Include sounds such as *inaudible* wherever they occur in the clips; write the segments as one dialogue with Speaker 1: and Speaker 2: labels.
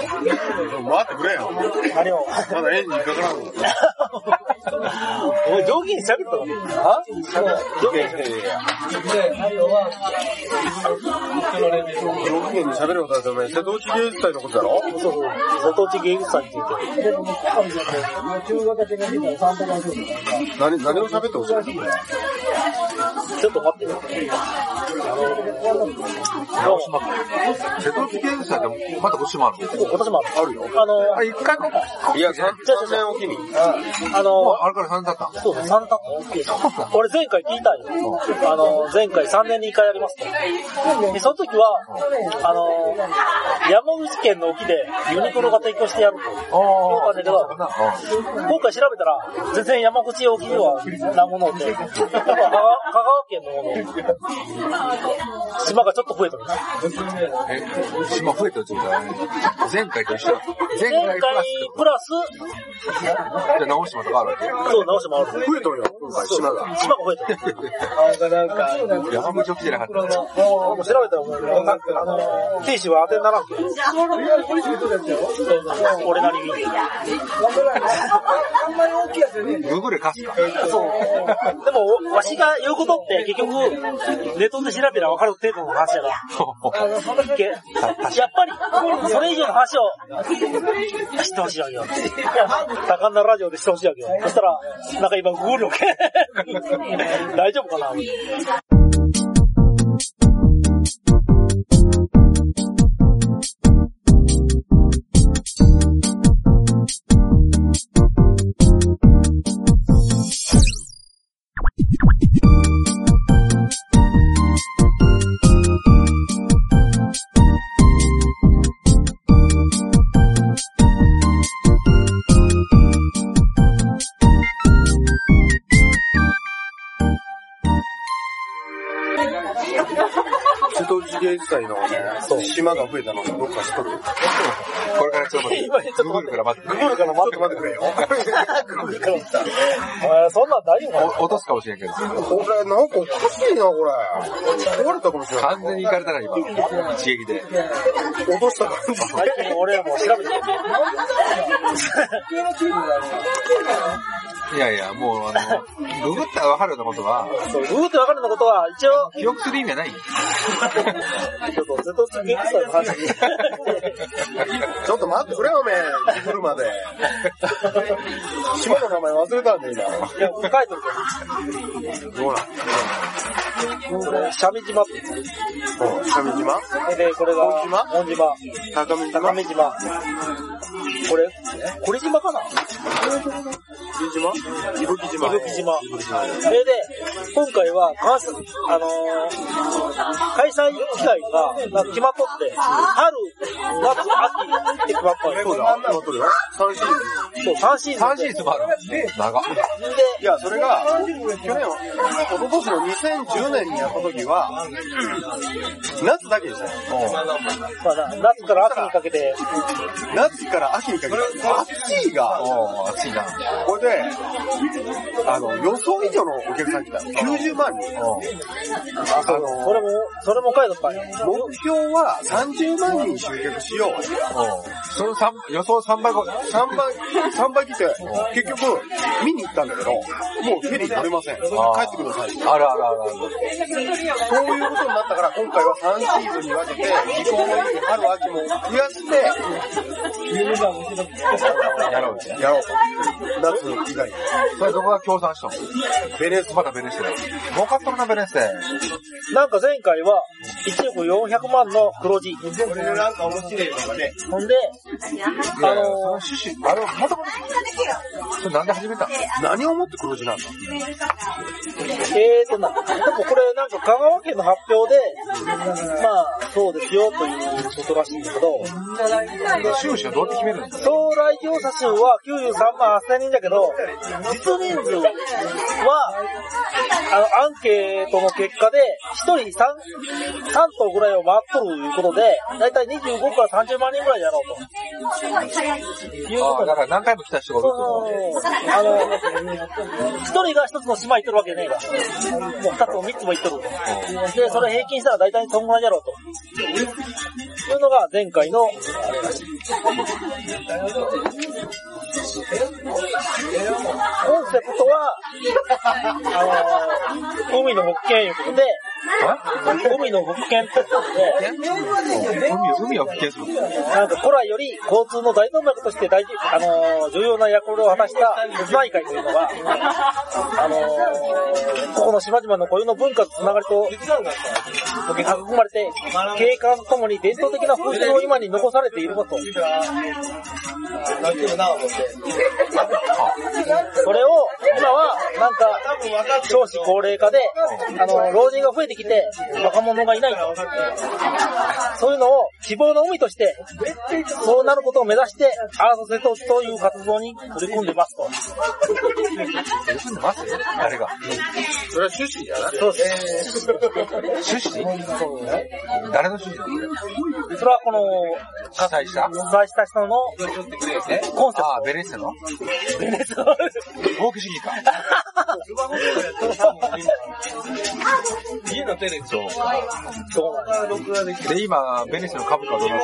Speaker 1: 待ってくれよ。
Speaker 2: あれを。
Speaker 1: まだエンジンかからんの。
Speaker 2: お前上品に喋ったのあ上品に喋った
Speaker 1: 上機嫌に喋ることだってお前、瀬戸内芸術祭のことだろ
Speaker 2: そうそう。瀬戸内芸術祭って言って。
Speaker 1: 何、何を喋ってほしいの
Speaker 2: ちょっと待ってよ。どうも
Speaker 3: 瀬戸内芸術祭ってまたこっちもある
Speaker 2: 今年もある。あるよ。あの、
Speaker 3: あ、一回ここ。
Speaker 1: いや、3年おきに。
Speaker 2: あ
Speaker 3: もう
Speaker 2: の、
Speaker 3: あれから3年経った。
Speaker 2: そうそう、3ターン。俺前回聞いたんよ。あの、前回3年に1回やりますと。で、その時は、あの、山口県の沖でユニクロが提供してやると。
Speaker 3: ああ
Speaker 2: そうだけど今回調べたら、全然山口沖ではなもので、やっぱ香川香川県のもの、島がちょっと増えたんです。
Speaker 3: え、島増えた状態前回と一緒だ。前
Speaker 2: 前
Speaker 3: 回
Speaker 2: 回
Speaker 3: プラス
Speaker 2: プラス、
Speaker 3: じゃあ直島とかあるわけ
Speaker 2: そう、直してもらう。
Speaker 1: 増えとんよ、今回、島が。
Speaker 2: 島が増えてる。
Speaker 3: 山口沖じゃなかった。
Speaker 2: もう調べたらもう、なんかあのー、九州は当てにならんけど。俺なりに。
Speaker 3: グーグル貸すか。
Speaker 2: でも、わしが言うことって結局、ネットで調べたら分かる程度の話やから。けやっぱり、それ以上の話を、してほしいわけよ。多感なラジオでしてほしいわけよ。そしたら、なんか今、グールのけ大丈夫かな
Speaker 1: 瀬戸内芸術祭のね、島が増えたのどっかしとる。
Speaker 3: これからちょっと待って。グーグルから待って。
Speaker 1: 来るから待って待ってくれよ。
Speaker 2: おいそんなん大丈夫かな
Speaker 3: お落とすかもしれんけど。
Speaker 1: これ、なんかおかしいな、これ。壊れたかもしれない。
Speaker 3: 完全に行かれたな、今。一撃で。
Speaker 1: 落としたから。
Speaker 2: 最近俺も調べて
Speaker 3: いやいや、もうあの、ググったらわかるようなことは、
Speaker 2: そう、グーって分かるのことは、一応、
Speaker 3: 記憶する意味はない。
Speaker 2: ちょっとずっと次の話に。
Speaker 1: ちょっと待ってくれよ、おめえ。来るまで。島の名前忘れたんで、今。
Speaker 2: いや、書いてる
Speaker 1: どうなん
Speaker 2: けど、これ、シャミ島って言うんです
Speaker 1: うん。上島
Speaker 2: よで、これが、
Speaker 1: 本島
Speaker 2: 本島、
Speaker 1: 高見島
Speaker 2: 高見島。これ、堀島かな
Speaker 1: 上島伊吹島
Speaker 2: 伊吹島。それで、今回は、関西あのー開催機会が、なんか決まっとって、春、夏、秋って決まったんです
Speaker 1: そうだ、今取るよ。三シリーズ
Speaker 2: そう、3シーズンで。
Speaker 3: 3シーズンもある。長。
Speaker 1: いや、それが、去年、一昨年の2010年にやった時は、夏だけでしたよ。
Speaker 2: まあな、夏から秋にかけて、
Speaker 1: 夏から秋にかけて、暑いが、
Speaker 3: おー、暑いな。
Speaker 1: これで、あの、予想以上のお客さん来た。90万人。
Speaker 3: おー
Speaker 1: あ
Speaker 2: それ
Speaker 1: の、
Speaker 2: も、それも書いとったんよ。
Speaker 1: 目標は30万人集客しよう。
Speaker 3: おーその三予想3倍後、
Speaker 1: 3倍、3倍来て、結局、見に行ったんだけど、もうフェリー乗れません。帰ってください。
Speaker 3: あるあるあるある。
Speaker 1: そういうことになったから、今回は3シーズンに分けて、時効の春秋も増やして、
Speaker 3: やろうじゃん。
Speaker 1: やろうと。夏以外に。
Speaker 3: それどこが協賛したの
Speaker 1: ベネス
Speaker 3: まだベネッセだ。儲かったもんな、ベネッセ。
Speaker 2: なんか前回は、1億400万の黒字。
Speaker 1: これなんか面白いのがね、
Speaker 2: ほんで、
Speaker 3: いやいや、その趣旨、あれ、もともと、それなんで始めたの
Speaker 1: 何をもって黒字なんだ
Speaker 2: えーとな、でもこれなんか香川県の発表で、まあ、そうですよということらしいんだけど、
Speaker 3: 収支はどうやって決めるんですか
Speaker 2: 総来場者数は93万8000人だけど、実人数は、あの、アンケートの結果で、1人 3, 3頭ぐらいを回っとるということで、だいたい25から30万人ぐらいやろうと。いうこと
Speaker 3: ああ、
Speaker 2: にな
Speaker 3: だから何回も来た人が多いってこ
Speaker 2: あの、一人が一つの島行ってるわけねえが、もう二つも三つも行ってると。で、それ平均したら大体そんぐらいやろうと。いうのが前回の、コンセプトは、あのー、海の復権いうことで、海の復権ってことで、
Speaker 3: 海を、海を復権する。
Speaker 2: なんか古来より交通の大動脈として大事、あのー、重要な役割を果たした渦内海というのが、あのー、ここの島々の固有の文化とつながりと、育まれて、景観とともに伝統的な風習を今に残されていること。それを、今は、なんか、少子高齢化で、あの、老人が増えてきて、若者がいないと。そういうのを希望の海として、そうなることを目指して、アートセトという活動に取り組んでますと。
Speaker 3: 休んでますよ誰が。
Speaker 1: それは趣旨じゃない
Speaker 2: そうです。
Speaker 3: 趣旨誰の趣旨なの
Speaker 2: それはこの、
Speaker 3: 主催した
Speaker 2: お伝えした人のコンセプト。
Speaker 3: ああ、ベレッセの
Speaker 2: ベネズエ
Speaker 3: ボーク主義か。
Speaker 1: 家のテレビと。
Speaker 2: ラそうなんです。
Speaker 3: で、今、ベレッセの株価はどうなの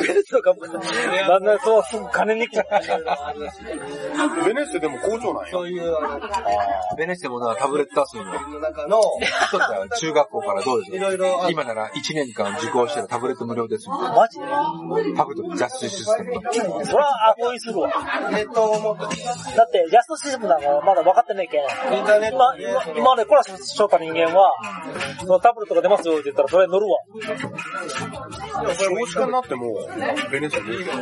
Speaker 2: ベネズエラ株価だんだんそうすぐ金に来ちゃった。
Speaker 1: ベネッセでも校長なんや。
Speaker 4: そういう、あ
Speaker 3: ベレッセもな、タブレット出すの。
Speaker 4: の、中の、
Speaker 3: ちょっと中学校からどうで
Speaker 4: い
Speaker 3: す
Speaker 4: ろいろ、あ
Speaker 3: 今なら1年間受講したらタブレット無料ですもん。
Speaker 2: マジで
Speaker 3: パクとジャスティスシステムと。
Speaker 2: そら、あ、合意するわ。
Speaker 4: ネットを持って、
Speaker 2: だって、ジャストシステムなのまだ分かってないけん。
Speaker 4: インターネッ
Speaker 2: 今
Speaker 4: ト、で、
Speaker 2: 今
Speaker 4: そ、
Speaker 2: 今
Speaker 4: の、
Speaker 2: までコラしょった人間は、そのタブレットが出ますよって言ったら、それ乗る
Speaker 4: *laughs*
Speaker 2: わ。
Speaker 1: 少子化になっても、ベネッセでいいよ。
Speaker 4: イ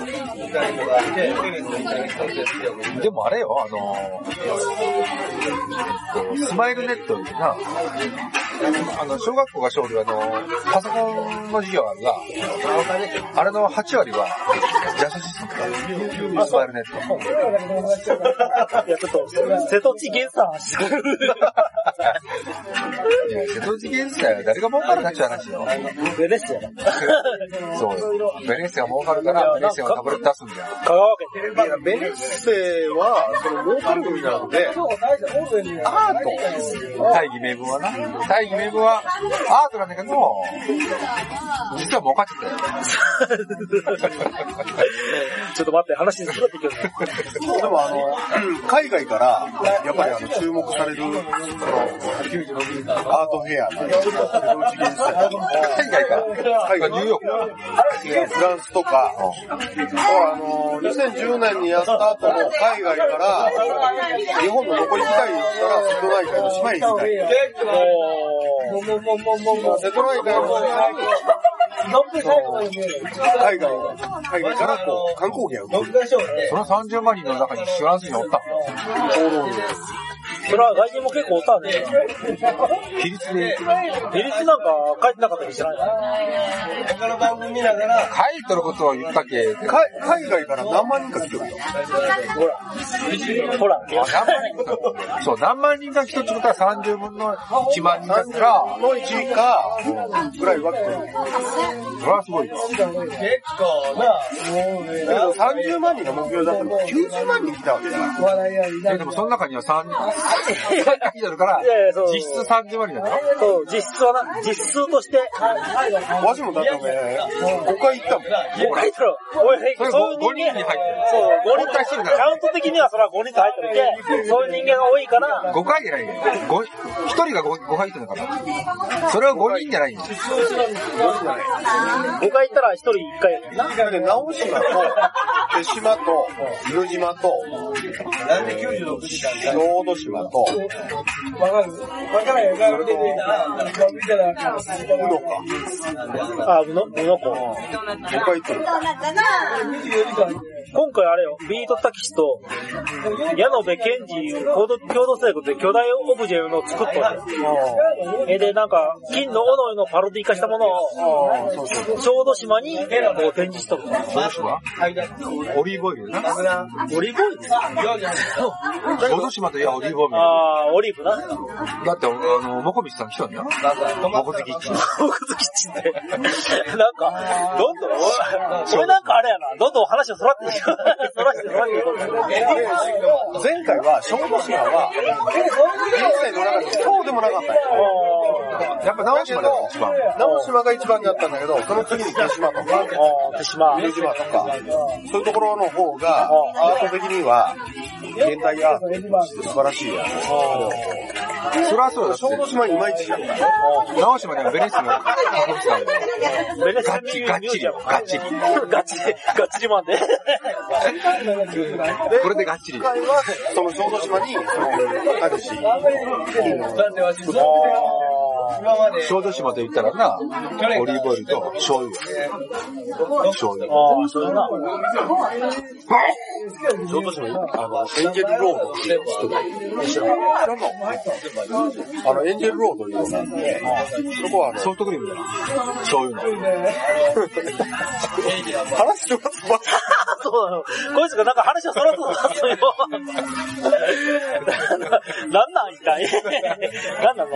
Speaker 4: ンターネットがあって、テレビのインターネットで、
Speaker 3: でもあれよ、あのーえっとスマイルネットいうな、あの、小学校が勝利はあの、パソコンの授業あるが、あれの8割は、ジャスシステムだ。スマイルネット。
Speaker 2: いや、ちょっと、瀬戸地源さんしてる。
Speaker 3: いや、瀬戸内芸術祭は誰が儲かるかっていう話よ。
Speaker 2: ベネッセやな。
Speaker 3: そうよ。ベネッセが儲かるから、ベネッセがタブレット出すんだよ。
Speaker 2: 香川県
Speaker 1: い
Speaker 2: で。
Speaker 1: や、ベネッセは、その、儲かる組なので、
Speaker 3: アート。大義名分はな。大義名分は、アートなんだけども、実は儲かってたよ。
Speaker 2: ちょっと待って、話にすってくる。
Speaker 1: でもあの、海外から、やっぱりあの、注目される、その、アートフェアなんで、瀬戸内芸術
Speaker 3: 海外か。
Speaker 1: 海外
Speaker 3: 海外ニューヨークか。
Speaker 1: 祭。フランスとか、あの、2010年にやった後も、海外から、日本のどこ行きたいって言ったら、瀬戸内海の島へ行きたい。
Speaker 2: おー。
Speaker 1: 瀬戸内海の島に海外、海外からこう、観光客を
Speaker 4: 録画しようって、
Speaker 3: その30万人の中にフランス人おった
Speaker 2: それは外人も結構おったんで、
Speaker 3: の。比率で、
Speaker 2: 比率なんか書いてなかったりしない
Speaker 4: 他の番組見ながら、
Speaker 3: 書いとることを言ったけって。
Speaker 1: 海海外から何万人か来てるよ。
Speaker 2: ほら。ほら。
Speaker 3: あ何万人かそう、何万人が来とってことは30分の1万人だったら、
Speaker 1: の1か、ぐらいは来てる。
Speaker 3: それはすごいよ。
Speaker 4: 結構な、
Speaker 1: だけど30万人が目標だったのが90万人来たわけだから。
Speaker 4: 笑い合いにな
Speaker 3: でもその中には3人、3人来てるから
Speaker 2: いやいやそう、
Speaker 3: 実質30万人だよ。
Speaker 2: そう、実質はな、実数として、
Speaker 1: わしもだってね、5回行ったもん。
Speaker 2: もう書いてろ。おい、
Speaker 3: それ
Speaker 2: そういう
Speaker 3: 五人
Speaker 2: 人
Speaker 3: に
Speaker 2: 間
Speaker 3: 入っ。て
Speaker 2: そう、
Speaker 3: る。
Speaker 2: 5人
Speaker 3: 本当は一人だよ
Speaker 2: カウント的にはそれは5人と入ってるけ、そういう人間が多いから、
Speaker 3: 5回じゃないよ。5、1人が 5, 5回言ってんだから。それは5人じゃないよ。
Speaker 2: 5回行ったら1人1回やけんな。
Speaker 1: なんかね、直島と、手島と、犬島と、
Speaker 4: なんで96時間か。
Speaker 1: 浄土島と、
Speaker 4: わかるわからへんから、見ててな、見たら、
Speaker 1: うのか。
Speaker 2: あ、うの、うの子。
Speaker 1: 5回行ったの。
Speaker 2: 今回あれよ、ビートたけしと、矢野部健二いう共同共同制作で巨大オブジェを作っとるよ。え、で、なんか、金の斧のパロディ化したものを、小豆島にこう展示しとる。
Speaker 3: その人はオリーブオイルだな。
Speaker 2: オリーブオイル
Speaker 3: 小豆島といやオリーブオイル。
Speaker 2: あー、オリーブな。
Speaker 3: だって、あの、もこみちさん来たんだよ。もこずき一
Speaker 2: 洞窟キッチンで。なんか、どんどん、俺なんかあれやな、どんどん話をそらっていそらして、そらして。
Speaker 1: 前回は小豆島は、人生の中でそうでもなかったんよ
Speaker 3: やっぱ直島だよ、一番。
Speaker 1: 直島が一番だったんだけど、その次に手島とか、
Speaker 2: ああ、手島。
Speaker 1: 江島とか、そういうところの方が、アート的には、現代アートって素晴らしいやん。
Speaker 3: そりゃそうだ
Speaker 1: 小豆
Speaker 3: よ。
Speaker 1: 島いまいちじゃん。だ
Speaker 3: 直島にはベニスの博物館が。
Speaker 2: ベネ
Speaker 3: ガッチリ、ガッチリ、ガッチリ。
Speaker 2: ガチで、ガチリマンで。
Speaker 3: これでガッチリ。
Speaker 1: 回は、その小豆島に、その、あるし、
Speaker 3: 小豆島と言ったらな、オリーブオイルと醤油。醤油。
Speaker 2: ああ、そうやな。
Speaker 1: 小豆島、あの、エンジェルロードっていう人がいる知らないあの、エンジェルロードというのがあって、そこはあの、
Speaker 3: ソフトクリームだな。醤油の。
Speaker 1: 話してますばっかり
Speaker 2: そうなの。こいつがなんか話をそらそうなのよ。なんなん *laughs* 一体。なんなの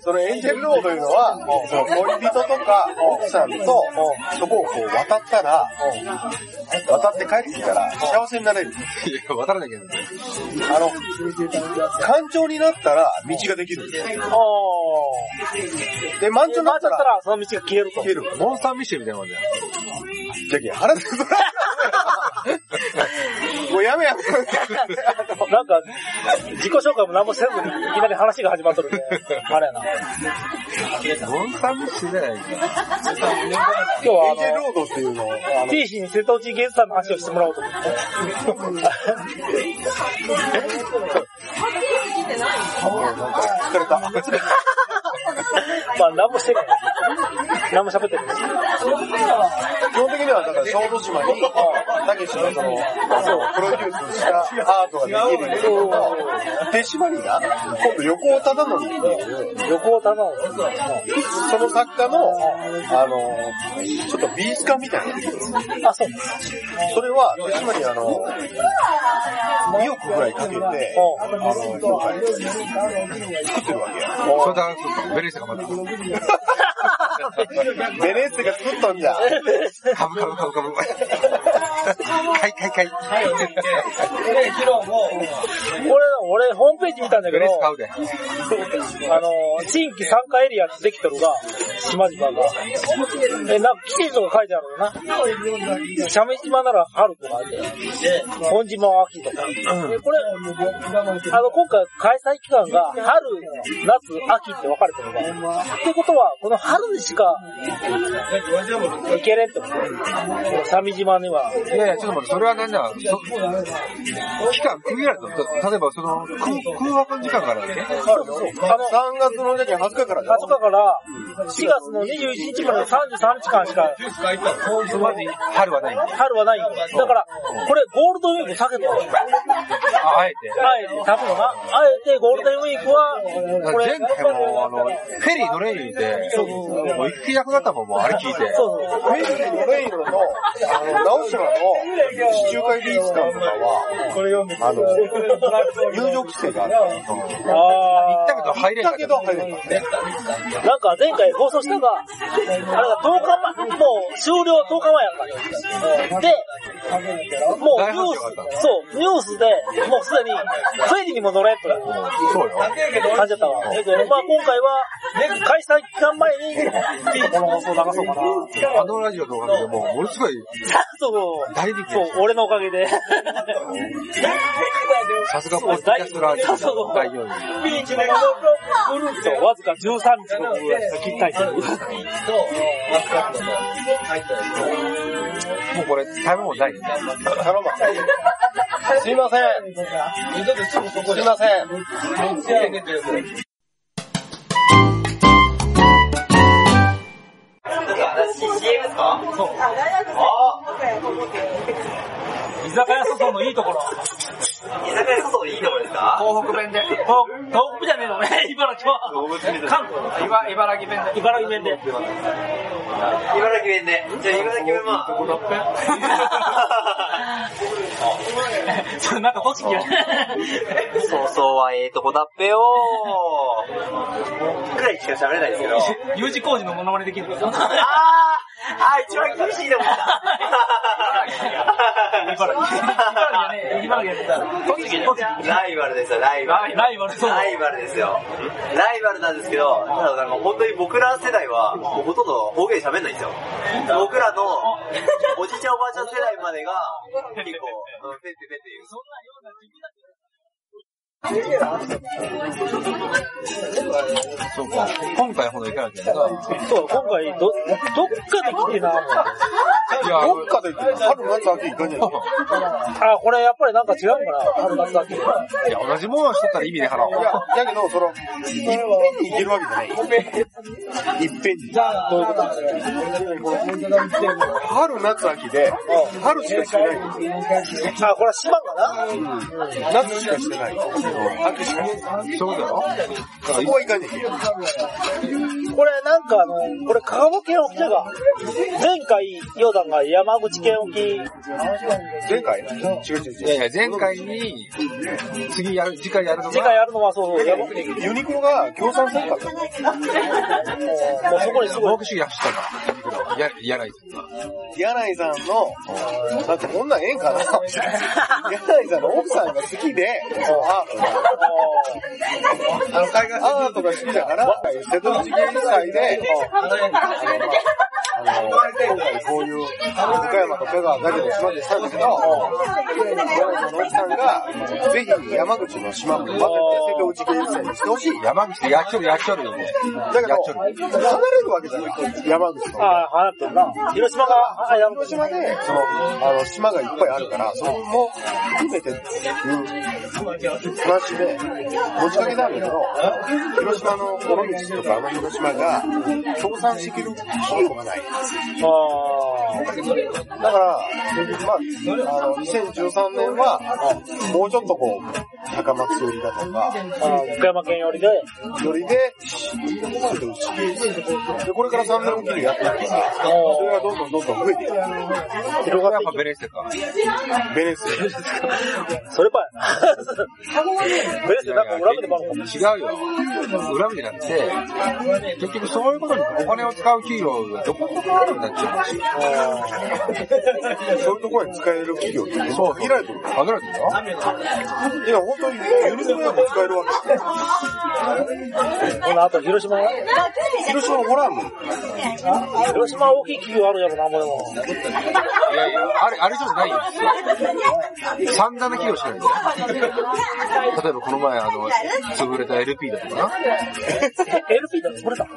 Speaker 1: そのエンジェルローというのは、その恋人とか奥さんと、そこをこう渡ったら、渡って帰ってきたら幸せになれる。
Speaker 3: いや、わからないけどね。
Speaker 1: あの、干潮になったら道ができるんですよ。
Speaker 2: ああ。
Speaker 1: で、満潮にな
Speaker 2: ま
Speaker 1: っ
Speaker 2: あ、だ
Speaker 1: た
Speaker 2: った
Speaker 1: ら
Speaker 2: らその道が消えると
Speaker 1: 消。える。
Speaker 3: モンサンミッシェルみたいなもんだよ。
Speaker 1: じゃけん、腹すずら *laughs* もうやめや *laughs* め。
Speaker 2: なんか、自己紹介も何もせずに、いきなり話が始まっとるんで、あれやな。
Speaker 3: モンサンミッシェルじゃないか。
Speaker 2: 今日
Speaker 1: エンジェル
Speaker 2: は
Speaker 1: ロードっていうのを、
Speaker 2: あの、T 氏に瀬戸内芸術さんの話をしてもらおうと思って。
Speaker 1: 疲れた。
Speaker 2: まあ、何もしてない。何も喋ってない。
Speaker 1: 基本的には、だから小豆島に、たけしのその、プロデュースしたアートができるんですけど、手島にな、今度横尾忠則っていう、
Speaker 2: 旅行頼む。
Speaker 1: その作家の、あの、ちょっと美術館みたいなのができるんですよ
Speaker 2: あ、そう。
Speaker 1: それは、手島にあの、2億ぐらいかけて、あの、今回作ってるわけや。
Speaker 3: それだ、そうそうベニスがまた。
Speaker 1: ベネッセが作ったんじゃ。
Speaker 3: カブカブカブカ *laughs* ブ。かいかいかい。
Speaker 2: これ、俺、ホームページ見たんだけ
Speaker 3: ベ
Speaker 2: ど
Speaker 3: ニ、ス買うで。
Speaker 2: あの、新規参加エリアってできとるが、島々が。え、なんか、季節とか書いてあるよな。鮫島なら春とか書いてある。本島は秋とか。えこれ、あの、今回開催期間が春、夏、秋って分かれてるから。ってことは、この春にしか行けれんってこと鮫島には。
Speaker 3: いやいや、ちょっと待って、それは何だそ期間区切られたの例えばその空空白の時間からね。
Speaker 2: そうそうそう。あの、
Speaker 1: 3月の時期20日からだ
Speaker 2: 20日から4月の21日までの33日間しか
Speaker 3: そまで春はないんだよ。
Speaker 2: 春はないよ。だから、これゴールデンウィーク避けてる。
Speaker 3: あ、あえて。
Speaker 2: あえて、多分な。あえてゴールデンウィークは、これ、
Speaker 3: 前回も、あの、フェリー乗れん言うて、もう行きなくなったもん、もうあれ聞いて。
Speaker 2: そうそう。
Speaker 1: メインのレインの、あの、直島の地中海美術館とかは、あの、入場規制がある。
Speaker 2: あ
Speaker 3: だけど入れんか
Speaker 1: だ
Speaker 3: った
Speaker 1: けど入れなかった。
Speaker 2: ーなんか前回放送したが、あれが10日前、もう終了10日前やったね。で、もうニュース、そう、ニュースで、もうすでに、フェリーにも乗れと。
Speaker 3: そうよ。
Speaker 2: 感じだったわ。だけどまあ今回は、開催期間前に、この放送流そうかな。
Speaker 3: あのラジオのおかげでもう、ものすごい、
Speaker 2: そう、
Speaker 3: 大人気
Speaker 2: そう、俺のおかげで。
Speaker 3: さすがポッドキャストラジオの第4位。
Speaker 2: そう、わずか13日の切ったりする。
Speaker 3: もうこれ、食べ物ないよね。
Speaker 1: 頼ますいません。すいません。
Speaker 2: 居酒屋そのいいところ。居酒屋そのいいところですか東北弁で。東東北じゃねえのね、茨城は。関東茨茨城弁で。茨城弁で。
Speaker 5: 茨城弁で。じゃあ茨城弁は。
Speaker 2: それなんか都市には。
Speaker 5: そうそうはええとこだっぺよー。くらいしか喋れないですけど。あー
Speaker 2: U 字工事のモノマネできる。
Speaker 5: あー一番厳しいと思った。
Speaker 6: 茨城。茨城じゃねえ。茨城やった。栃木ね。栃木。
Speaker 5: ライバルですよ、ライバル。
Speaker 6: ライバル、そう。
Speaker 5: ライバルですよ。ライバルなんですけど、ただなんか本当に僕ら世代は、もうほとんど方言喋んないんですよ。僕らの、おじいちゃんおばあちゃん世代までが、結構、うんペッペペっていう。
Speaker 3: そうか。今回ほどいかなきゃいけないな。
Speaker 2: そう、今回、ど、どっかで来てな。
Speaker 3: いや、
Speaker 1: どっかで言ってた春夏秋いかにゃ
Speaker 2: あ、これやっぱりなんか違うのかな春夏だけ。
Speaker 3: いや、同じものをしとったら意味ねえから。
Speaker 1: いや、だけど、その、いっぺんにいけるわけじゃない。いっぺんに。じゃあ、どういうこと春、夏、秋で、春しかしてない。
Speaker 2: あ、これは島かな
Speaker 1: 夏しかしてない。秋しかしてない。
Speaker 3: そうだろ
Speaker 1: そこはいかにゃいけない。
Speaker 2: これなんかあの、これ香川県沖だが、前回、ヨダンが山口県沖、
Speaker 1: 前回違う違う
Speaker 3: い
Speaker 1: 違う。
Speaker 3: やいや、前回に、次やる、次回やるの
Speaker 2: 次
Speaker 3: が、
Speaker 2: 回やるのはそう、山口も
Speaker 1: ユニクロが協賛せんかった。
Speaker 2: うそこにすごい
Speaker 3: 僕主義走ったから。や、やらいです。
Speaker 1: 柳井さんの、だってこんなんええんかな柳井さんの奥さんが好きで、アートが。あの、海外アートが好きだから、瀬戸内芸術祭で、あの、今回こういう、岡山と香川だけの島でしたんだけど、柳井さんの奥さんが、ぜひ山口の島もまた瀬戸内芸術祭にしてほしい。
Speaker 3: 山口でやっちょるやっちょるよ、ね。
Speaker 1: だけど、離れるわけじゃない。山口と。
Speaker 2: ああ、流行ってるな。広島が、あ、山
Speaker 1: 広
Speaker 2: 口。
Speaker 1: 島で、その、あの、島がいっぱいあるから、それも含めてっていう話で、持ちかけなんだけど、広島の尾道とかあの広島が、協賛してくれる費用がない。だから、まあ、あの、2013年は、もうちょっとこう、高松寄りだとか、
Speaker 2: ああ、岡山県寄りで、
Speaker 1: よりで、で、これから3年おきにやっていくから、それがどんどんどんどん増えていく。
Speaker 2: 広が
Speaker 3: や
Speaker 2: っ
Speaker 3: ってぱ
Speaker 2: い
Speaker 3: ベレッセか。
Speaker 1: ベネスエラ
Speaker 2: く。それ *laughs* ばや。ベレスなんか裏目でもあるかも。
Speaker 3: 違うよ。恨みじゃなくて、結局そういうことにお金を使う企業がどこにもあるんだっちゃうし。
Speaker 1: そういうところに使える企業ってね、限られてるから。
Speaker 3: わかるでしょ
Speaker 1: 今本当に、ユニクロやっぱ使えるわけですよ。
Speaker 2: ほな、あと広島は
Speaker 1: 広島のホラーも、
Speaker 2: 広島は大きい企業あるやろな、もうでも。
Speaker 3: いやいや、あれ、あれじゃないよ。三段の企業しかないんだよ。例えばこの前、あの、潰れた LP だとか
Speaker 2: LP だ、それだ。
Speaker 3: な。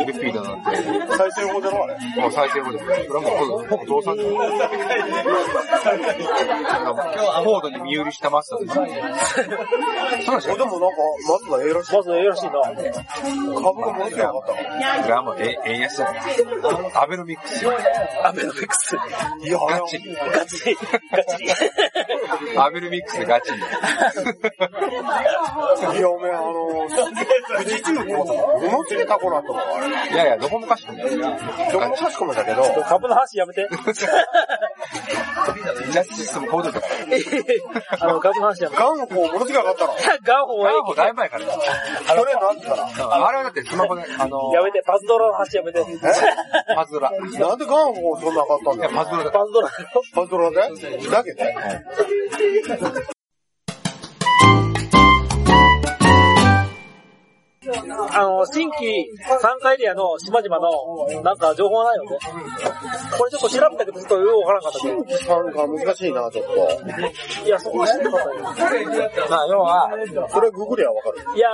Speaker 3: LP だなんて、
Speaker 1: 再生法だろ、あれ。
Speaker 3: もう再生モデル。それはもう、ほぼ倒産じゃん。フォードに身売りしたマスターとか。そうなんです
Speaker 1: あ
Speaker 3: よ。
Speaker 1: でもなんか、まずはええらしい。
Speaker 2: まずよろしいな。
Speaker 1: 株がものすごい上がったから。
Speaker 3: それはもう、え、円安だから。アベノミクスよ。
Speaker 2: アベノミクス。
Speaker 1: いや、あれ
Speaker 3: ガチ。
Speaker 2: ガチリ、ガチリ。
Speaker 3: アベノミクスでガチに。
Speaker 1: いや、おめえ、あの、富士急行とか、ものすごいタコなったもん、あれ。
Speaker 3: いやいや、どこもかしこも。
Speaker 1: どこもかしこもだけど、
Speaker 2: 株の話やめて。
Speaker 3: ジャスティスもこうだから。
Speaker 2: *laughs* あの、株の話やめて。
Speaker 1: ガンホものすごい上がったの。
Speaker 2: ガンホン
Speaker 3: あ
Speaker 2: は
Speaker 3: れもだいぶ前からだ。
Speaker 1: 去年の秋から。
Speaker 3: あれはだってスマホで、あの、
Speaker 2: やめて、 *laughs* パズドラの話やめて。
Speaker 3: パズドラ。い
Speaker 1: なんでガンホそんな上がったんだ
Speaker 3: や、
Speaker 1: よ。
Speaker 3: パズドラだ。
Speaker 2: パズドラ。
Speaker 1: パズドラでだけで
Speaker 2: あの、新規参加エリアの島々の、なんか情報はないのね。これちょっと調べたけど、ちょっとよくわからんかったけ
Speaker 1: 参加難しいな、ちょっと。
Speaker 2: ど。いや、そこは知ってなかったよ。
Speaker 3: まあ、要は、
Speaker 1: それググりゃわかる。
Speaker 2: いや、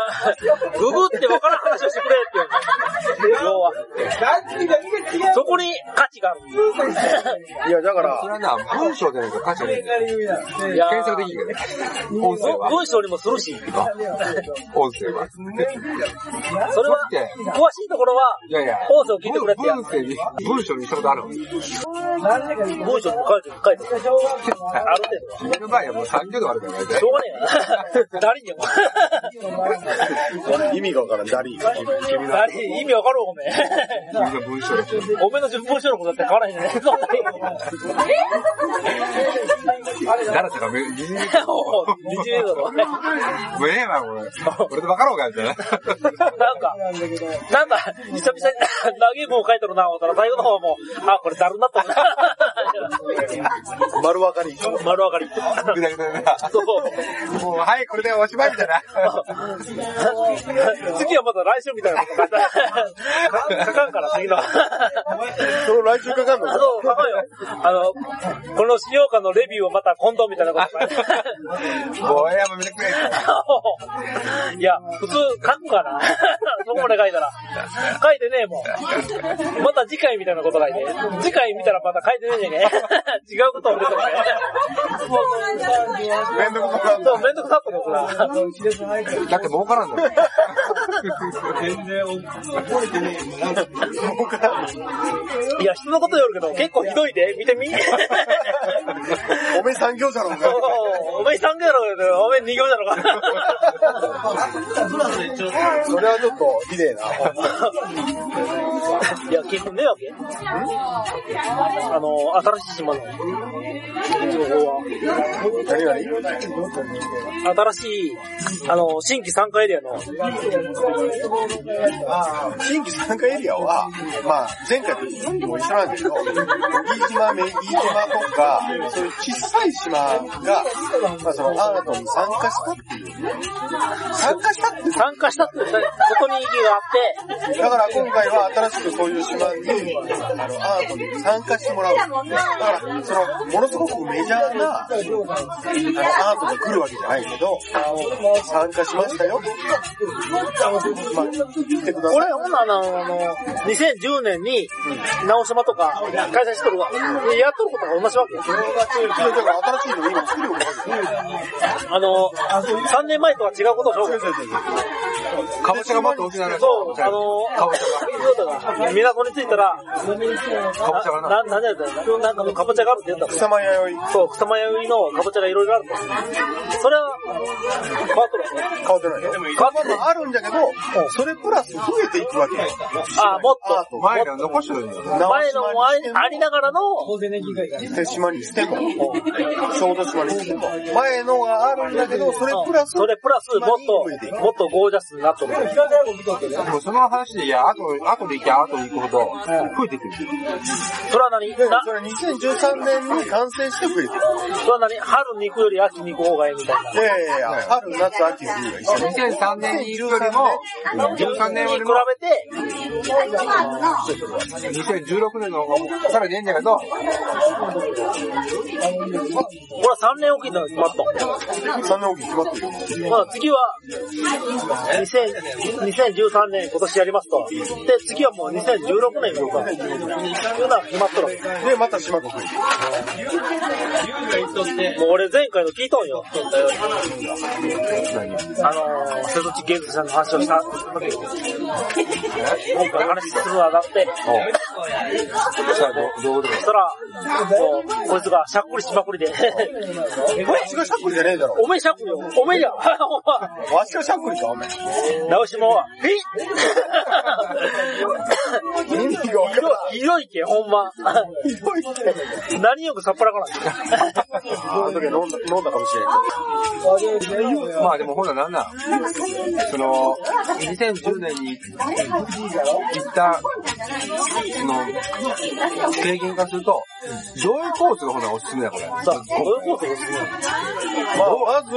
Speaker 2: ググってわからん話をしてくれっていうの。要は。そこに価値がある。
Speaker 1: いや、だか
Speaker 3: それ
Speaker 1: ら、
Speaker 3: はな、文章でないと価値がない。
Speaker 2: いや
Speaker 3: *laughs* 検索できるけど。音声は。
Speaker 2: 文章にもするし、
Speaker 3: 音声は。
Speaker 2: それは、詳しいところは、
Speaker 3: いやいや。
Speaker 2: 音声を聞いてくれってや
Speaker 3: 文声に、文章にしたことあるのそ
Speaker 2: 文章にも書いて、書いてくれる。ある程度は。
Speaker 3: の場合はもう3行度あるから大体
Speaker 2: しょうがねえよな。誰にも。
Speaker 1: 意味がわからん、ダリー。
Speaker 2: 誰、意味わかるおめえ。
Speaker 3: 自分の文章だし。
Speaker 2: おめの10分収録だって変わらへんね。そんなに。
Speaker 3: 誰だかめ、自信に
Speaker 2: もう、20年だろ。
Speaker 3: もうええわ、これ。俺で分かろうか、みたいな。
Speaker 2: なんか、なんか、久々に長い文を書いてるな、思ったら最後の方はもう、あ、これだるなったな。
Speaker 1: 丸分かり。
Speaker 2: 丸分かり。
Speaker 3: ぐだぐだぐだ。
Speaker 2: そう。
Speaker 3: もう、はい、これでおしまいみたいな。
Speaker 2: 次はまた来週みたいなこと書いてあるかかんから、次の。
Speaker 1: その来週かかんの
Speaker 2: あの、かかんよ。あの、この使用下のレビューをまた今度みたいなこと書いてある
Speaker 3: もう、やめてくれ。
Speaker 2: *laughs* いや、普通書くかな。そこまで書いたら。書いてねえもん。また次回みたいなこと書いて。次回見たらまた書いてねえじゃねえ。違うことを出てくれ。
Speaker 3: めんどくさ
Speaker 2: そう、めんどくさっと思うな。
Speaker 3: だって儲からんの。だ
Speaker 2: いや、人のことよるけど、結構ひどいで。見
Speaker 3: *laughs*
Speaker 2: てみ。
Speaker 1: おめえ産業者の方が。
Speaker 2: おおめえ3行だろうけど、おめえ2行だろうか。
Speaker 1: それはちょっと、綺麗な。
Speaker 2: いや、結構ねえわけあの、新しい島の情報は、
Speaker 1: 何々
Speaker 2: 新しい、あの、新規参加エリアの、
Speaker 1: 新規参加エリアは、まあ、前回とも一緒なんだけど、小木島、女木島とか、そういう小さい島が、まあそのアートに参加したっていう。参加したっていう
Speaker 2: 参加したってことに意義があって、
Speaker 1: だから今回は新しくそういう島に、あの、アートに参加してもらう。だから、その、ものすごくメジャーな、あの、アートが来るわけじゃないけど、参加しましたよ。まあ、来てください。
Speaker 2: これ、ほんならあの、あの、2010年に、直島とか、開催しとるわ。でやっとることが同じわけよ。
Speaker 1: だから新しいの今作るようになってる
Speaker 2: あの、3年前とは違うことを紹介する。
Speaker 3: かぼちゃがもっと大きくなる。
Speaker 2: そう、あの、
Speaker 3: かぼち
Speaker 2: 港に着いたら、
Speaker 3: ゃが。かぼちゃがな。
Speaker 2: な、なんだったよな。なんかのかぼちゃがあるって言ったの。
Speaker 1: 草間弥
Speaker 2: そう、草間弥生のかぼちゃがいろいろあると。それは、変わっとるわね
Speaker 1: 生、変わってないよ。
Speaker 2: 変わっとる
Speaker 1: まああるんだけど、それプラス増えていくわけよ。
Speaker 2: あ、もっ
Speaker 1: アー
Speaker 2: と。
Speaker 1: ト
Speaker 3: 前から残してるんだよ。
Speaker 2: 前のもありありながらの、
Speaker 1: 手島にしても、小豆島にしても、前のがあるんだけど、それプラス、
Speaker 2: それプラス、もっ
Speaker 1: 増えていく
Speaker 2: と、もっとゴージャスになっとる。
Speaker 3: でもその話で、いや、あと、あとで行け、あとで行くほど、増えてくる。
Speaker 2: それは何
Speaker 1: で
Speaker 2: な
Speaker 1: それ2013年に完成して増えてる。
Speaker 2: それは何春に行くより秋に行く方がいいみたいな。
Speaker 1: いやいやいや、春、夏、秋、冬が一緒。
Speaker 3: 2003年にいるよりも、13年
Speaker 2: に
Speaker 3: よ
Speaker 2: 比
Speaker 3: りも、
Speaker 2: べて、
Speaker 3: 2016年の方が、さらにいいんだけど、
Speaker 2: これは3年おきになる決まっとん。
Speaker 1: 3年大きく決まってるよ。
Speaker 2: まあ次は、2000 2013年今年やりますと。で、次はもう2016年が行くと。いうのは決まっとる。
Speaker 1: で、また島が増えてる。
Speaker 2: もう俺前回の聞いとんよ。あのー、瀬戸地芸術者の話をした時に。今回話するのはだって、
Speaker 3: さあ、どどうでも
Speaker 2: そしたら、こうこいつがしゃっくりしまくりで、 *laughs*
Speaker 1: これ、違うシャックルじゃねえだろ。
Speaker 2: おめえしゃっくりよ、おめえじゃ *laughs* ん、お
Speaker 1: わしがシャックルか、お前。
Speaker 2: 前直しもは、えっ
Speaker 1: 意味がわからん。
Speaker 2: ひどいけ、ほんま。
Speaker 1: ひどいって。
Speaker 2: 何よくさっぱ *laughs* らかない。
Speaker 1: あの時飲んだ、飲んだかもしれない。
Speaker 3: まあでもほらなんなんその、2010年に行った、その、経験化すると、どういうコースがほらおすすめだこれ。
Speaker 2: さあ、どういうことです
Speaker 1: まあ、まず、行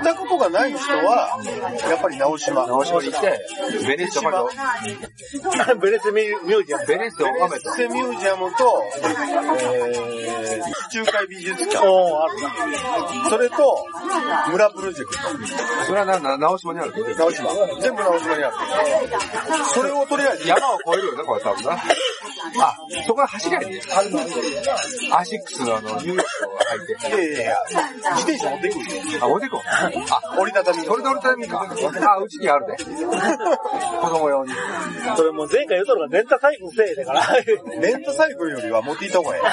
Speaker 1: ったことがない人は、やっぱり直島。
Speaker 3: 直島に行って、ベネッセまで、
Speaker 1: *laughs*
Speaker 2: かベネスミュージアム。
Speaker 3: ベネッセを拝めと。
Speaker 1: セミュージアムと、えー、地中海美術館、
Speaker 2: おー、あるな。
Speaker 1: それと、村プロジェク
Speaker 3: それはなんだ直島にある
Speaker 1: ト、直島。全部直島にある。それをとりあえず、
Speaker 3: 山を越えるよね、これ多分な。あ、そこは走りゃいいね。アシックスのあの、ニューヨークを入って。
Speaker 1: いやいやいや、自転車持ってくるよ。
Speaker 3: あ、持ってこう。あ、
Speaker 1: 折りたたみ。
Speaker 3: それで俺頼みか。あ、うちにあるね。子供用に。
Speaker 2: それもう前回言うとるが、レンタサイクルせえだ *laughs* から。
Speaker 1: レンタサイクルよりは持っていった方がいい。 *laughs* いや、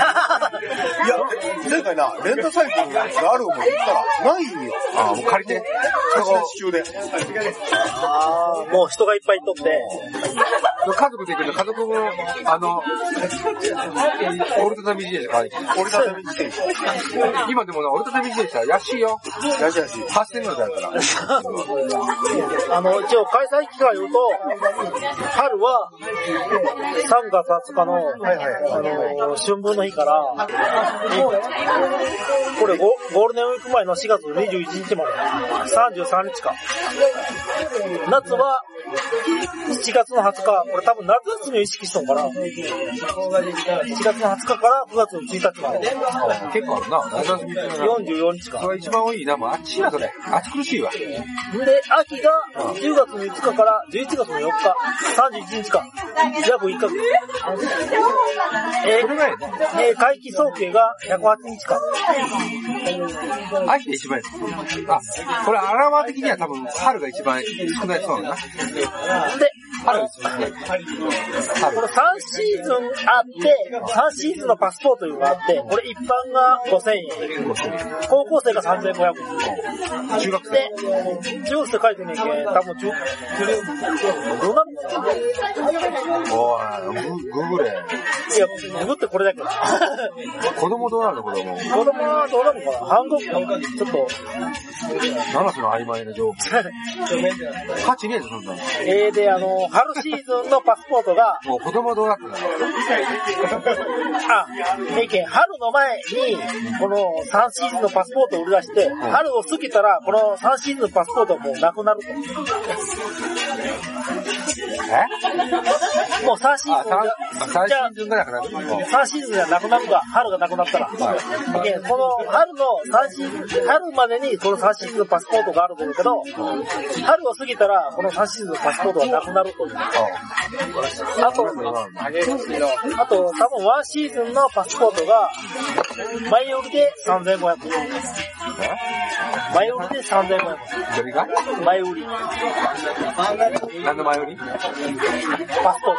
Speaker 1: 前回な、レンタサイクルがある思い言ったら、ないんよ。
Speaker 3: あ、もう借りて。
Speaker 1: 貸し出し中で。
Speaker 2: もう人がいっぱいとって、
Speaker 3: 家族で行くと、家族も、あの、オルタナミ自転車買いに行
Speaker 1: 折りたたみ自転車。
Speaker 3: く今でもな、オルタナミ自転車安いよ。
Speaker 1: やしやし。
Speaker 3: 8000円ぐらいだから。
Speaker 2: あの、一応開催期間言うと、春は3月20日の、あの、春分の日から、これゴゴールデンウィーク前の4月21日まで、33日か。夏は7月の20日、これ多分夏休みを意識しとんかな。7月の20日から9月の1日まで、
Speaker 3: 結構あるな。オルタナミ自転車。
Speaker 2: 44日
Speaker 3: そ
Speaker 2: 間。
Speaker 3: れが一番多いな、もうあっちや、それ。あっち苦しいわ。
Speaker 2: で、秋が10月の5日から11月の4日、31日間、約1ヶ月。え
Speaker 3: それがやな。
Speaker 2: ーえー、会期総計が108日間。
Speaker 3: 秋が一番やな。あ、これアラマー的には多分、春が一番少ないそうだな。
Speaker 2: で、
Speaker 3: 春が一番少ない。
Speaker 2: この3シーズンあって、3シーズンのパスポートいうのがあって、これ一般が5000円。高校生が3500円。中学生で、中学生書いてねえけん、多分中、どうなん
Speaker 3: おー、グググれ。
Speaker 2: いや、僕ってこれだけど。
Speaker 3: 子供どうなるの子供。
Speaker 2: 子供はどうなのかな韓国かちょっと、
Speaker 3: 七つの曖昧な情報。価値ねえぞ、そんなの。
Speaker 2: えー、で、あ
Speaker 3: *laughs*
Speaker 2: の、春シーズンのパスポートが、
Speaker 3: もう子供どうなったの
Speaker 2: あ、えけん、春の前に、この3シーズンのパスポートを売り出して、春を過ぎたら、この3シーズンのパスポートはもうなくなると。
Speaker 3: え
Speaker 2: もう3シー
Speaker 3: あ、
Speaker 2: ズンが
Speaker 3: 三、三
Speaker 2: じゃあ
Speaker 3: シーズンがなくなったの
Speaker 2: 3シーズンがなくなるが、春がなくなったら。
Speaker 3: はい
Speaker 2: えけんこの春の3シーズン、春までにこの3シーズンのパスポートがあるというけど、春を過ぎたら、この3シーズンのパスポートはなくなるという。あと、あと、多分ワンシーズンのパスポートが、前売りで3500円。前売りで3500
Speaker 3: どれが
Speaker 2: 円。前売り。
Speaker 3: 何の前より
Speaker 2: パスポー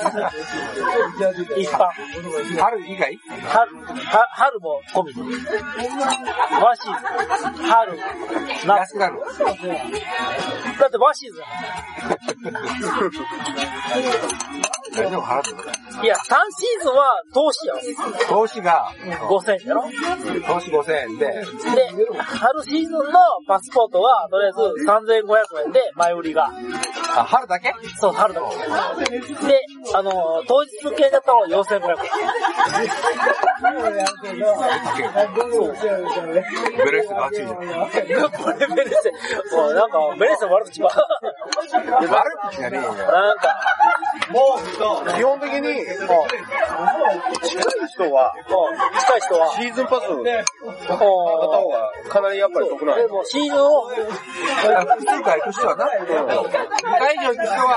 Speaker 2: ト。一般。
Speaker 3: 春以外
Speaker 2: 春、は春も込み。ワンシーズン。春、夏。
Speaker 3: 安くなる。
Speaker 2: だってワンシーズ
Speaker 3: 誰でも払ってくれ
Speaker 2: ン。いや、3シーズンは投資やろ。
Speaker 3: 投資が、
Speaker 2: 5000円やろ。
Speaker 3: 投資5000円で、
Speaker 2: で、春シーズンのパスポートは、とりあえず3500円で前売りが。
Speaker 3: あ、春だけ
Speaker 2: そう、春だけ。で、あのー、当日の券だと4500
Speaker 3: ブレスが熱いじゃん。悪
Speaker 2: 円。これメレセン。もうなんか、メレセン悪口ば。
Speaker 3: 口じゃねえよ。
Speaker 2: なんか、
Speaker 1: 基本的に、もう、近い人は、
Speaker 2: もう、近い人は、
Speaker 1: シーズンパス買
Speaker 2: も
Speaker 1: った方がかなりやっぱり得なん
Speaker 2: で
Speaker 1: や。
Speaker 2: も、シーズンを、
Speaker 3: だから複数回行く人はな、2回以上行く人は、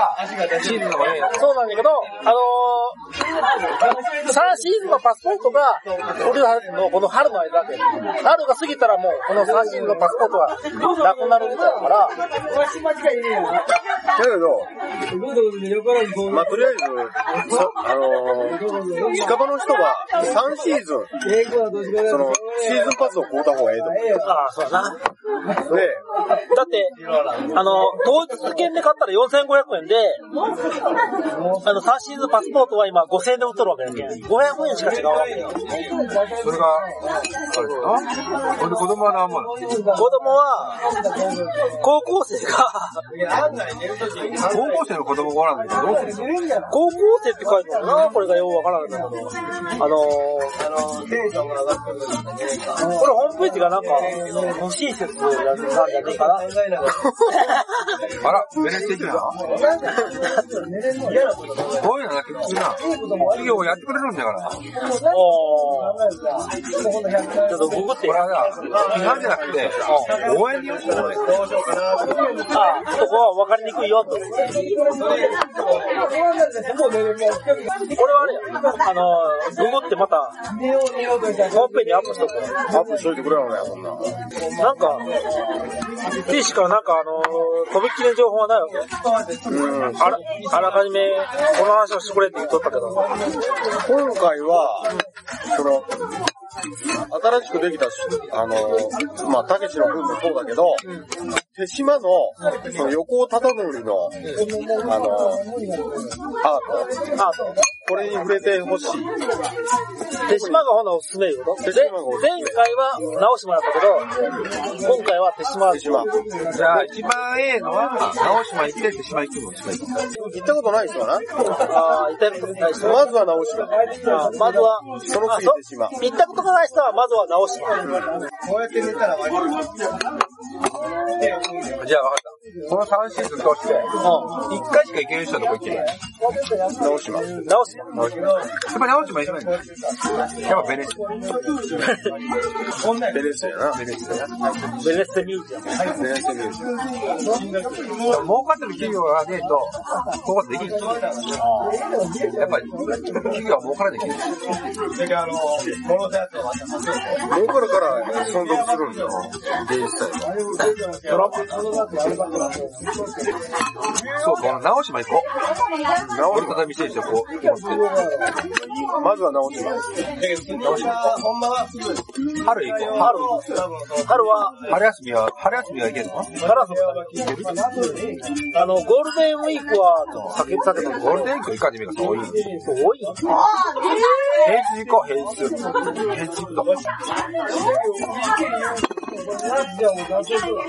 Speaker 3: シーズンの方がいいや
Speaker 2: そうなんだけど、あのー、3シーズンのパスポートが、俺らのこの春の間だけ。春が過ぎたらもう、この3シーズンのパスポートはなくなるんだから、
Speaker 1: だけど、まあ、とりあえず、そあのー、近場の人が3シーズン、その、シーズンパスを買うた方がええと
Speaker 2: ああ、そうだ
Speaker 1: 思
Speaker 2: な。
Speaker 1: う。で、
Speaker 2: だって、あの、当日券で買ったら4500円で、あの、3シーズンパスポートは今5000円で売っとるわけやけん。500円しか違うわけよ。
Speaker 3: それが、あれだな。ほんで子供は何もなの
Speaker 2: 子供は、高校生が、 *laughs*
Speaker 3: 高校生の子供がおらんのどうする
Speaker 2: 高校生って書いてあるな、これがようわからないんだけど。あのこれホームページがなんか、不親切なんじゃないかな。
Speaker 3: あら、ベレステ行くな。こういうのだけ普通な。授業をやってくれるんだから。
Speaker 2: おーちょっとググって
Speaker 3: これ。はな、批判じゃなくて、応援によって応援。
Speaker 2: あ、そこは分かりにくいよ、と。これはあれや。あのー、ググってまた、ホームページにアップしとくわ
Speaker 1: アップしといてくれよね、そんな。
Speaker 2: なんか、T しかなんかあのー、とびっきりの情報はないわけ。
Speaker 1: うん。
Speaker 2: あら、あらかじめ、この話をしてくれって言っとったけど。
Speaker 1: 今回は、その、新しくできたし、あの、まあ、たけしの分もそうだけど、手島の、その横尾忠則の、あの、アート、
Speaker 2: アート。
Speaker 1: これに触れてほしい。
Speaker 2: 手島がほなおすすめいうことで前回は直してもらったけど、今回は手島。
Speaker 1: 手島。行
Speaker 3: じゃあ、一番ええのは、直島行って、手島行くの、手島行くの。
Speaker 1: ったことないですよな。
Speaker 2: ああ、行ったことない人。
Speaker 1: まずは直し
Speaker 2: あまずは、
Speaker 1: その次手島
Speaker 2: あそう行ったことない人は、まずは直島。
Speaker 3: じゃあ、わかった。この3シーズン通して、1回しか行ける人のとこ行ける。やっ
Speaker 1: 直しま
Speaker 2: 直島。
Speaker 3: ぱ直島行かないんだ。やっぱベネッセ。
Speaker 1: ベレッセやな。ベレッセ。
Speaker 2: ベネッセミュージアム。
Speaker 1: ベレッセミュージアム
Speaker 3: 儲かってる企業がねえと、こういうことできる。やっぱり、企業は儲からない企業。
Speaker 1: 儲かるから存続するんだよ。
Speaker 3: そう、この直島行こう。
Speaker 1: 直
Speaker 3: 折
Speaker 1: し
Speaker 3: りたたみしてる人、こう。
Speaker 1: ま。まずは直しま。
Speaker 3: 春行こう。春。
Speaker 2: 春は、
Speaker 3: 春休みは、春休みは行けるの
Speaker 2: 春はそあの、ゴールデンウィークは、
Speaker 3: 酒、酒とゴールデンウィーク行かんでみるか多い。平
Speaker 2: 多い。
Speaker 3: 日行こう、平日。平日行くと。
Speaker 2: な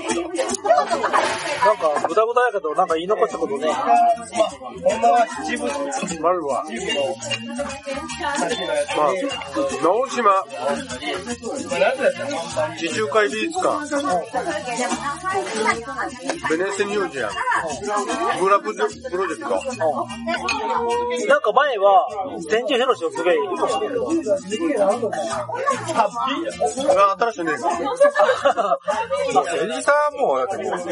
Speaker 2: んか、ぐだぐだやけど、なんか言い残したことね。
Speaker 1: まずは。まあ、直島。地中海美術館。ベネッセミュージアム。ブラプロジェクト。
Speaker 2: なんか前は、千住広しをすごい、
Speaker 1: あ新しいねえか。
Speaker 3: エリさんもう、だってもう、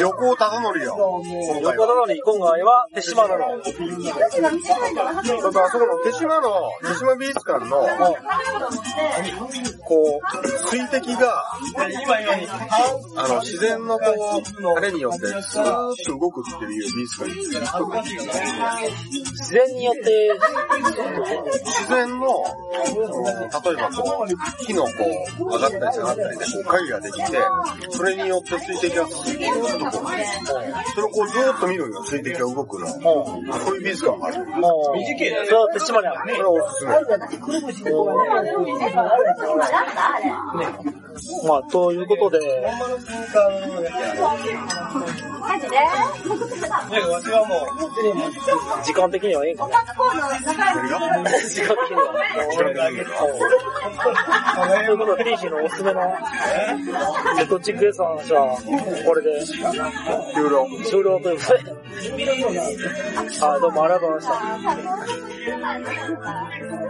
Speaker 1: 横尾忠則よ。今回
Speaker 2: 横
Speaker 1: は。
Speaker 2: 田のに今回は手島なの。
Speaker 1: ちょっとあそこの手島の、手島美術館の、こう、水滴が、あの、自然のこう、あれによって、スーッと動くっていう美術館です
Speaker 2: 自然によって、
Speaker 1: 自然の、例えばこう、木のこう、上がったり下がったりで、こう、影ができて、それによって水滴がスーッとこう、それをこう、ずーっと見るよ、水滴が動くの。こういう美術館がある。
Speaker 2: もう、そう手島なの。
Speaker 1: これはおすすめ。
Speaker 2: まあ、ということで、時間的にはいいんかな。時間的には。ということで、フィーシーのおすすめの、瀬戸チックエスの話は、これで
Speaker 1: 有料。
Speaker 2: 終了ということで。はい、どうもありがとうございました。
Speaker 7: あ